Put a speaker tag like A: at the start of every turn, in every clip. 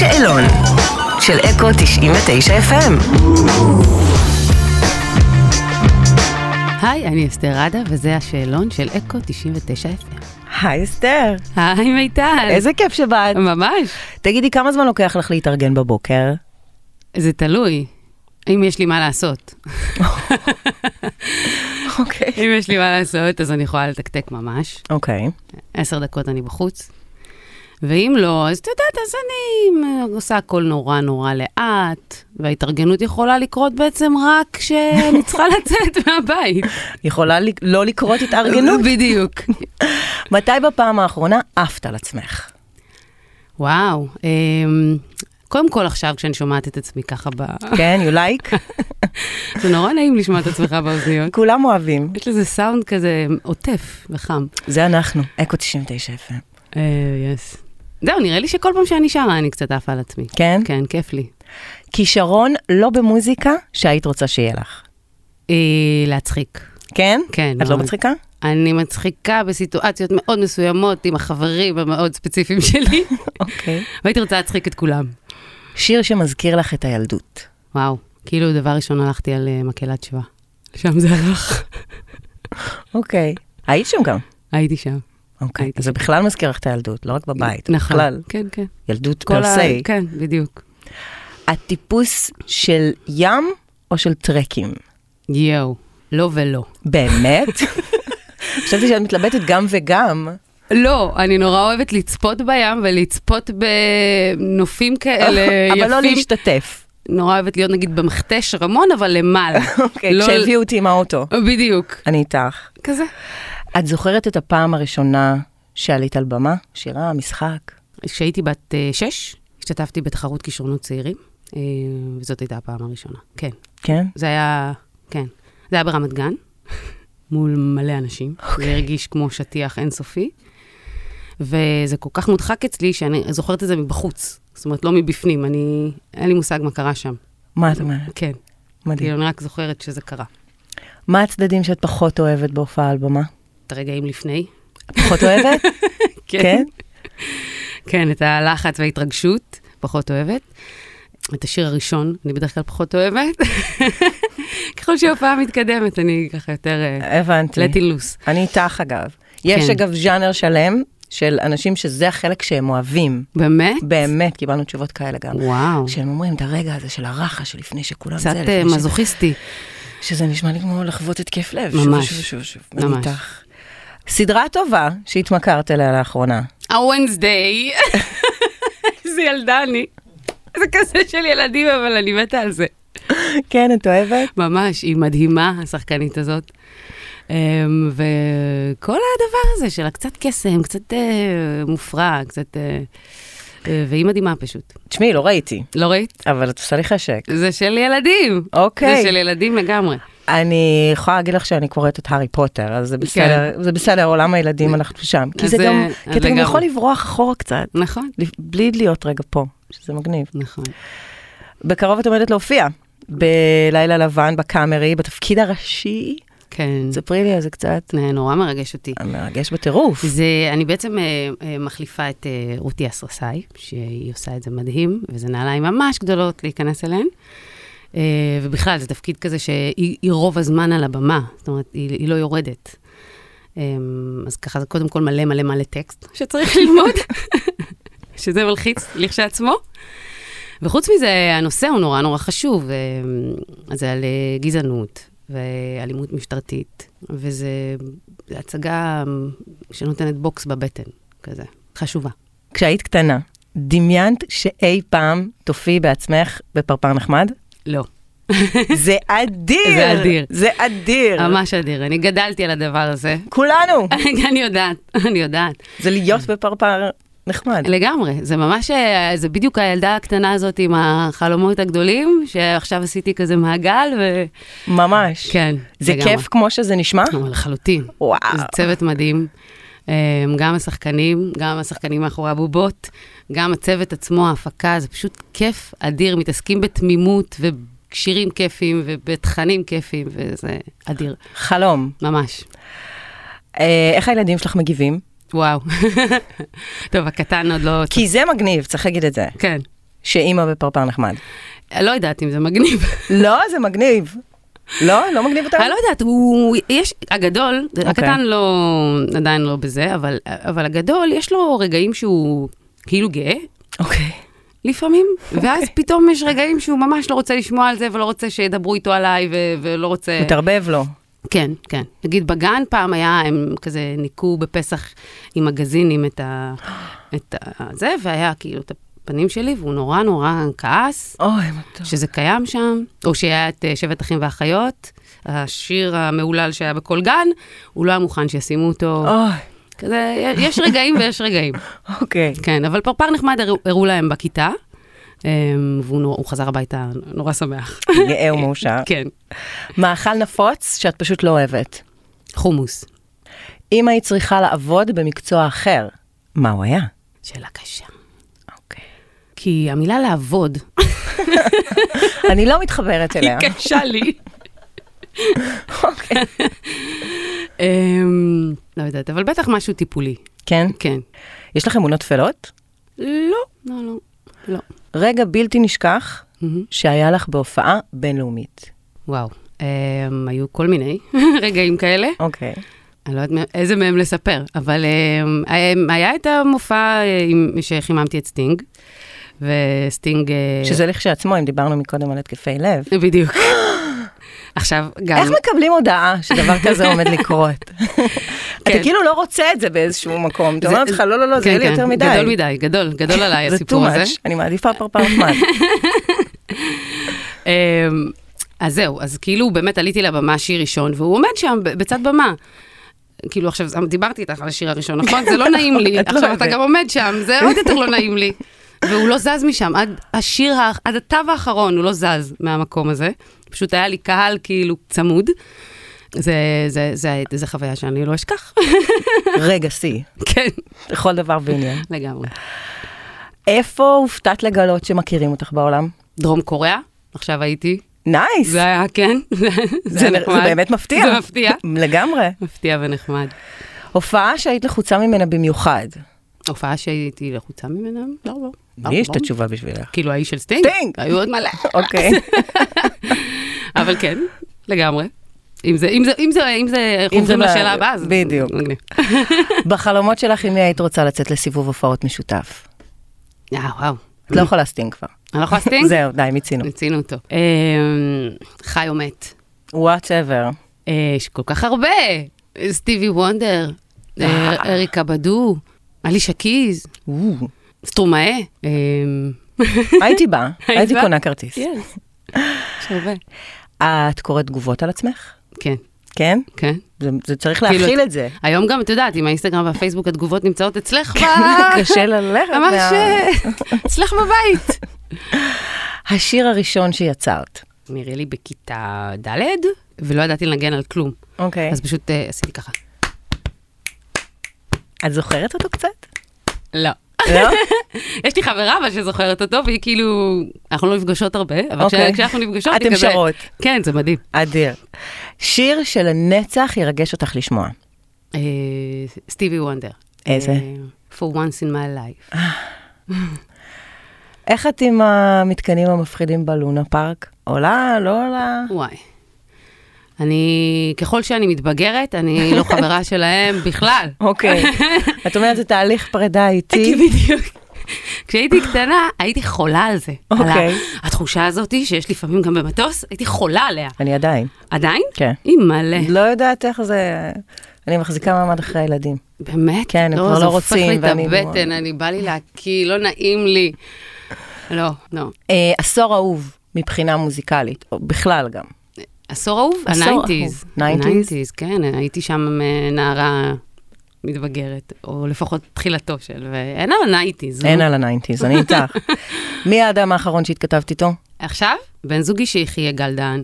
A: שאלון של אקו 99 FM.
B: היי, אני אסתר עדה, וזה השאלון של אקו 99 FM.
C: היי אסתר,
B: היי מיטל.
C: איזה כיף שבאת.
B: ממש.
C: תגידי, כמה זמן לוקח לך להתארגן בבוקר?
B: זה תלוי. אם יש לי מה לעשות.
C: אוקיי.
B: אם יש לי מה לעשות, אז אני יכולה לתקתק ממש.
C: אוקיי.
B: עשר דקות אני בחוץ. ואם לא, אז את יודעת, אז אני אה, עושה הכל נורא נורא לאט, וההתארגנות יכולה לקרות בעצם רק כשאני צריכה לצאת מהבית.
C: יכולה ל- לא לקרות התארגנות?
B: בדיוק.
C: מתי בפעם האחרונה עפת על עצמך?
B: וואו. אמ, קודם כל עכשיו, כשאני שומעת את עצמי ככה ב...
C: כן, you like?
B: זה נורא נעים לשמוע את עצמך באוזניות.
C: כולם אוהבים.
B: יש לזה סאונד כזה עוטף וחם.
C: זה אנחנו, אקו 99 FM.
B: אה, יס. זהו, נראה לי שכל פעם שאני שרה אני קצת עפה על עצמי.
C: כן?
B: כן, כיף לי.
C: כישרון לא במוזיקה שהיית רוצה שיהיה לך.
B: אה, להצחיק.
C: כן?
B: כן,
C: את לא
B: מאוד.
C: מצחיקה?
B: אני מצחיקה בסיטואציות מאוד מסוימות עם החברים המאוד ספציפיים שלי,
C: אוקיי.
B: והייתי רוצה להצחיק את כולם.
C: שיר שמזכיר לך את הילדות.
B: וואו, כאילו דבר ראשון הלכתי על אה, מקהלת שווה. שם זה הלך.
C: אוקיי. היית שם גם.
B: הייתי שם.
C: אוקיי.
B: הייתי
C: אז זה בכלל מזכיר לך את הילדות, לא רק בבית.
B: נכון.
C: בכלל.
B: כן, כן.
C: ילדות
B: כל
C: פר
B: ה-
C: סי.
B: כן, בדיוק.
C: הטיפוס של ים או של טרקים?
B: יואו, לא ולא.
C: באמת? חשבתי שאת מתלבטת גם וגם.
B: לא, אני נורא אוהבת לצפות בים ולצפות בנופים כאלה יפים.
C: אבל לא להשתתף.
B: נורא אוהבת להיות נגיד במכתש רמון, אבל למעלה.
C: אוקיי,
B: לא-
C: כשהביאו אותי עם האוטו.
B: בדיוק.
C: אני איתך.
B: כזה.
C: את זוכרת את הפעם הראשונה שעלית על במה? שירה, משחק?
B: כשהייתי בת אה, שש, השתתפתי בתחרות כישרונות צעירים, אה, וזאת הייתה הפעם הראשונה. כן,
C: כן?
B: זה היה, כן. זה היה ברמת גן, מול מלא אנשים.
C: אוקיי.
B: זה הרגיש כמו שטיח אינסופי. וזה כל כך מודחק אצלי, שאני זוכרת את זה מבחוץ. זאת אומרת, לא מבפנים, אני, אין לי מושג מה קרה שם.
C: מה את אומרת?
B: כן,
C: מדהים.
B: כאילו, אני רק זוכרת שזה קרה. כן.
C: מה הצדדים שאת פחות אוהבת בהופעה על במה?
B: את הרגעים לפני.
C: פחות אוהבת? כן?
B: כן, את הלחץ וההתרגשות, פחות אוהבת. את השיר הראשון, אני בדרך כלל פחות אוהבת. ככל שההופעה מתקדמת, אני ככה יותר אה,
C: הבנתי.
B: let it loose.
C: אני איתך אגב. יש
B: כן.
C: אגב ז'אנר שלם של אנשים שזה החלק שהם אוהבים.
B: באמת?
C: באמת, קיבלנו תשובות כאלה גם.
B: וואו.
C: שהם אומרים את הרגע הזה של הרחש לפני שכולם
B: קצת
C: זה,
B: אה,
C: לפני ש-
B: מזוכיסטי.
C: שזה נשמע לי כמו לחוות התקף לב.
B: ממש.
C: שוב, שוב, שוב, שוב. אני
B: ממש.
C: איתך. סדרה טובה שהתמכרת אליה לאחרונה.
B: ה-Wednesday. איזה ילדה אני. זה כזה של ילדים, אבל אני מתה על זה.
C: כן, את אוהבת?
B: ממש, היא מדהימה, השחקנית הזאת. אמ, וכל הדבר הזה שלה, קצת קסם, קצת אה, מופרע, קצת... אה, אה, והיא מדהימה פשוט.
C: תשמעי, לא ראיתי,
B: לא ראית?
C: אבל את עושה לי חשק.
B: זה של ילדים.
C: אוקיי.
B: זה של ילדים לגמרי.
C: אני יכולה להגיד לך שאני קוראת את הארי פוטר, אז זה בסדר, זה בסדר, עולם הילדים, אנחנו שם. כי
B: כן. אז
C: זה
B: זה-
C: גם,
B: אז
C: כי אתה גם
B: לגמרי.
C: יכול לברוח אחורה קצת,
B: נכון.
C: לפ- בלי להיות רגע פה, שזה מגניב.
B: נכון.
C: בקרוב את עומדת להופיע, בלילה לבן, בקאמרי, בתפקיד הראשי.
B: כן. זה
C: ספרי לי על זה קצת.
B: נורא מרגש אותי.
C: מרגש בטירוף.
B: זה, אני בעצם אה, אה, מחליפה את אה, רותי אסרסאי, שהיא עושה את זה מדהים, וזה נעליים ממש גדולות להיכנס אליהן. אה, ובכלל, זה תפקיד כזה שהיא היא רוב הזמן על הבמה, זאת אומרת, היא, היא לא יורדת. אה, אז ככה, זה קודם כל מלא מלא מלא טקסט שצריך ללמוד, שזה מלחיץ לכשעצמו. וחוץ מזה, הנושא הוא נורא נורא חשוב, אה, אז זה על אה, גזענות ואלימות משטרתית, וזה הצגה שנותנת בוקס בבטן, כזה, חשובה.
C: כשהיית קטנה, דמיינת שאי פעם תופיעי בעצמך בפרפר נחמד?
B: לא,
C: זה אדיר!
B: זה אדיר.
C: זה אדיר.
B: ממש אדיר, אני גדלתי על הדבר הזה.
C: כולנו!
B: אני יודעת, אני יודעת.
C: זה להיות בפרפר נחמד.
B: לגמרי, זה ממש, אה, זה בדיוק הילדה הקטנה הזאת עם החלומות הגדולים, שעכשיו עשיתי כזה מעגל, ו...
C: ממש.
B: כן,
C: זה
B: לגמרי. כן.
C: כיף אה. כמו שזה נשמע?
B: אבל לחלוטין.
C: וואו.
B: זה צוות מדהים. אמ, גם השחקנים, גם השחקנים מאחורי הבובות, גם הצוות עצמו, ההפקה, זה פשוט כיף אדיר, מתעסקים בתמימות ובשירים כיפיים ובתכנים כיפיים, וזה אדיר,
C: חלום.
B: ממש.
C: אה, איך הילדים שלך מגיבים?
B: וואו. טוב, הקטן עוד לא...
C: כי זה מגניב, צריך להגיד את זה.
B: כן.
C: שאימא בפרפר נחמד.
B: אני לא יודעת אם זה מגניב.
C: לא, זה מגניב. לא? לא מגניב אותך?
B: אני לא יודעת, הוא, יש, הגדול, okay.
C: אוקיי.
B: הקטן לא, עדיין לא בזה, אבל, אבל הגדול, יש לו רגעים שהוא כאילו גאה,
C: אוקיי.
B: לפעמים, ואז פתאום יש רגעים שהוא ממש לא רוצה לשמוע על זה, ולא רוצה שידברו איתו עליי, ו- ולא רוצה...
C: מתערבב לו.
B: כן, כן. נגיד בגן פעם היה, הם כזה ניקו בפסח עם מגזינים את ה... את ה... זה, והיה כאילו את הפנים שלי, והוא נורא נורא כעס.
C: אוי, מתוק.
B: שזה קיים שם, או שהיה את אה, שבט אחים ואחיות, השיר המהולל שהיה בכל גן, הוא לא היה מוכן שישימו אותו.
C: אוי,
B: כזה, יש- יש רגעים ויש רגעים.
C: אוקיי.
B: כן, אבל פרפר נחמד הראו- הראו להם בכיתה, אה, והוא נור- הוא חזר הביתה נורא שמח.
C: גאה ומאושר.
B: כן,
C: מאכל נפוץ שאת פשוט לא אוהבת.
B: חומוס.
C: אם היית צריכה לעבוד במקצוע אחר, מה הוא היה?
B: שאלה קשה.
C: אוקיי.
B: כי המילה לעבוד,
C: אני לא מתחברת
B: היא
C: אליה.
B: קשה לי.
C: אוקיי.
B: אמ, לא יודעת, אבל בטח משהו טיפולי.
C: כן?
B: כן.
C: יש לך אמונות טפלות?
B: לא, לא, לא. לא.
C: רגע בלתי נשכח
B: מהמם.
C: שהיה לך בהופעה בינלאומית.
B: וואו, אמ, היו כל מיני רגעים כאלה.
C: אוקיי.
B: אני לא יודעת מה- איזה מהם לספר, אבל אמ, אמ, היה את המופע אה, עם- שחיממתי את סטינג, וסטינג... אה,
C: שזה לכשעצמו, אם דיברנו מקודם על התקפי לב.
B: בדיוק. עכשיו, גם...
C: איך מקבלים הודעה שדבר כזה עומד לקרות? אתה
B: כן.
C: כאילו לא רוצה את זה באיזשהו מקום. אתה
B: זה-
C: אומר לך, לא, לא, לא, זה
B: כן,
C: היה לי
B: כן,
C: יותר מדי.
B: גדול מדי, גדול, גדול עליי
C: זה too
B: הסיפור הזה.
C: much, אני מעדיפה פרפר נחמד.
B: אמ, אז זהו, אז כאילו באמת עליתי לבמה שיר ראשון, והוא עומד שם ב- בצד במה. כאילו עכשיו, דיברתי איתך על השיר הראשון, נכון? זה לא נעים לי.
C: את לא
B: עכשיו אתה
C: אוהבת.
B: גם עומד שם, זה עוד יותר לא נעים לי. והוא לא זז משם, עד השיר, האח- עד התו האחרון הוא לא זז מהמקום הזה. פשוט היה לי קהל כאילו צמוד. זה, זה, זה, זה חוויה שאני לא אשכח.
C: רגע שיא,
B: כן,
C: לכל דבר ועניין.
B: לגמרי.
C: איפה הופתעת לגלות שמכירים אותך בעולם?
B: דרום קוריאה, עכשיו הייתי.
C: נייס.
B: זה היה, כן, זה
C: זה
B: היה נחמד.
C: זה באמת מפתיע.
B: זה מפתיע.
C: לגמרי.
B: מפתיע ונחמד.
C: הופעה שהיית לחוצה ממנה במיוחד.
B: הופעה שהייתי לחוצה ממנה? לא, לא.
C: לי יש את
B: לא.
C: התשובה בשבילך.
B: כאילו האיש של סטינג?
C: סטינג!
B: היו עוד מלא.
C: אוקיי.
B: אבל כן, לגמרי. אם זה, אם זה, אם זה, אם זה, אנחנו
C: אם זה
B: עוברים
C: מה-
B: לשאלה הבאה, אז...
C: בדיוק.
B: מגניב.
C: בחלומות שלך, עם מי היית רוצה לצאת לסיבוב הופעות משותף?
B: אה, וואו.
C: את לא יכולה סטינג כבר.
B: אני לא יכולה סטינג?
C: זהו, די, מיצינו.
B: מיצינו אותו. אמ, חי או מת.
C: וואטאבר.
B: אה, יש כל כך הרבה. סטיבי וונדר, אה, אריקה בדו, אלישה קיז, סטרומאה. אמ,
C: הייתי באה, כן.
B: היית
C: הייתי
B: באה?
C: קונה כרטיס.
B: יס. יש הרבה.
C: את קוראת תגובות על עצמך?
B: כן,
C: כן?
B: כן.
C: זה- זה צריך
B: כאילו,
C: להכיל את זה.
B: היום גם, את יודעת, עם האינסטגרם והפייסבוק התגובות נמצאות אצלך ב...
C: קשה ללכת.
B: ממש
C: מה-
B: אה, אצלך בבית.
C: השיר הראשון שיצרת.
B: נראה לי בכיתה ד', ולא ידעתי לנגן על כלום.
C: אוקיי.
B: אז פשוט אה, עשיתי ככה.
C: את זוכרת אותו קצת?
B: לא.
C: לא?
B: יש לי חברה אבל שזוכרת אותו, והיא כאילו, אנחנו לא נפגשות הרבה, אבל כש-
C: אוקיי.
B: כשאנחנו נפגשות, היא
C: אתם
B: כזה-
C: שרות.
B: כן, זה מדהים.
C: אדיר. שיר שלנצח ירגש אותך לשמוע.
B: אה, סטיבי וונדר.
C: איזה?
B: אה, For once in my life.
C: איך את עם המתקנים המפחידים בלונה פארק? עולה? לא עולה?
B: וואי. אני, ככל שאני מתבגרת, אני לא חברה שלהם בכלל.
C: אוקיי. את אומרת, זה תהליך פרידה איטי.
B: כי בדיוק. כשהייתי קטנה, הייתי חולה על זה. על
C: אוקיי.
B: ה- התחושה הזאת שיש לפעמים גם במטוס, הייתי חולה עליה.
C: אני עדיין.
B: עדיין?
C: כן.
B: היא מלא.
C: לא יודעת איך זה... אני מחזיקה מעמד אחרי הילדים.
B: באמת?
C: כן, הם כבר
B: זה
C: לא
B: הופך
C: רוצים,
B: לי את
C: ואני-
B: הבטן, אני בא לי להקיא, לא נעים לי. לא, לא.
C: אה, עשור אהוב מבחינה מוזיקלית, או בכלל גם.
B: עשור אהוב?
C: עשור
B: הניינטיז.
C: אהוב. 90s?
B: הניינטיז, כן, הייתי שם אה, נערה מתבגרת, או לפחות תחילתו של, ואין על הניינטיז.
C: אין על הניינטיז, אני איתך. מי האדם האחרון שהתכתבת איתו?
B: עכשיו, בן זוגי שיחיה גל דהן.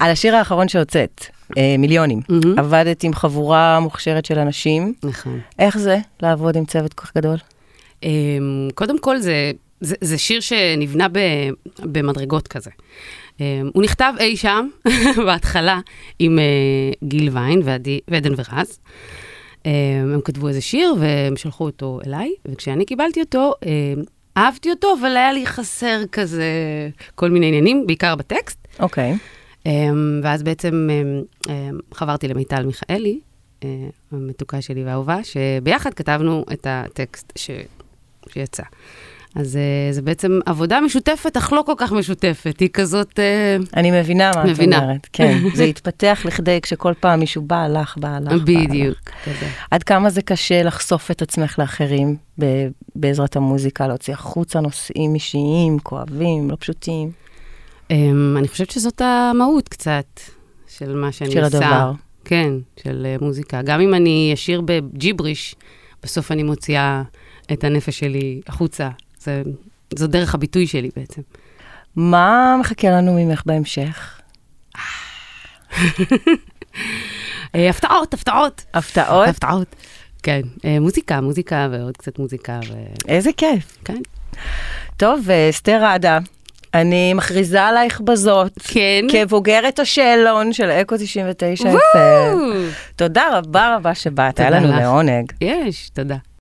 C: על השיר האחרון שהוצאת, אה, מיליונים.
B: מהמם.
C: עבדת עם חבורה מוכשרת של אנשים.
B: נכון.
C: איך זה לעבוד עם צוות כל כך גדול?
B: אמ, קודם כל, זה, זה, זה שיר שנבנה ב, במדרגות כזה. אמ, הוא נכתב אי שם, בהתחלה, עם אה, גיל ויין ועדי, ועדן ורז. אמ, הם כתבו איזה שיר והם שלחו אותו אליי, וכשאני קיבלתי אותו, אמ, אהבתי אותו, אבל היה לי חסר כזה כל מיני עניינים, בעיקר בטקסט.
C: אוקיי.
B: אמ, ואז בעצם אמ, אמ, חברתי למיטל מיכאלי, אמ, המתוקה שלי והאהובה, שביחד כתבנו את הטקסט ש... שיצא. אז אה, זה בעצם עבודה משותפת, אך לא כל כך משותפת, היא כזאת... אה,
C: אני מבינה מה את
B: מבינה.
C: אומרת. כן. זה התפתח לכדי כשכל פעם מישהו בא, הלך, בא, הלך, בא, הלך.
B: בדיוק. כזה.
C: עד כמה זה קשה לחשוף את עצמך לאחרים ב- בעזרת המוזיקה, להוציא החוצה נושאים אישיים, כואבים, לא פשוטים,
B: אמ, אני חושבת שזאת המהות קצת של מה שאני
C: של
B: עושה.
C: הדבר.
B: כן, של אה, מוזיקה. גם אם אני אשיר בג'יבריש, בסוף אני מוציאה את הנפש שלי החוצה. זה, זו דרך הביטוי שלי בעצם.
C: מה מחכה לנו ממך בהמשך?
B: אה, הפתעות, הפתעות.
C: הפתעות?
B: הפתעות. כן, אה, מוזיקה, מוזיקה ועוד קצת מוזיקה,
C: איזה כיף. כן.
B: וכן.
C: טוב, אה, אסתר עדה, אני מכריזה עלייך בזאת.
B: כן.
C: כבוגרת השאלון של אקו 99 FM.
B: וואו!
C: תודה רבה רבה שבאת, היה
B: תודה
C: לנו
B: לך.
C: לעונג.
B: יש, תודה.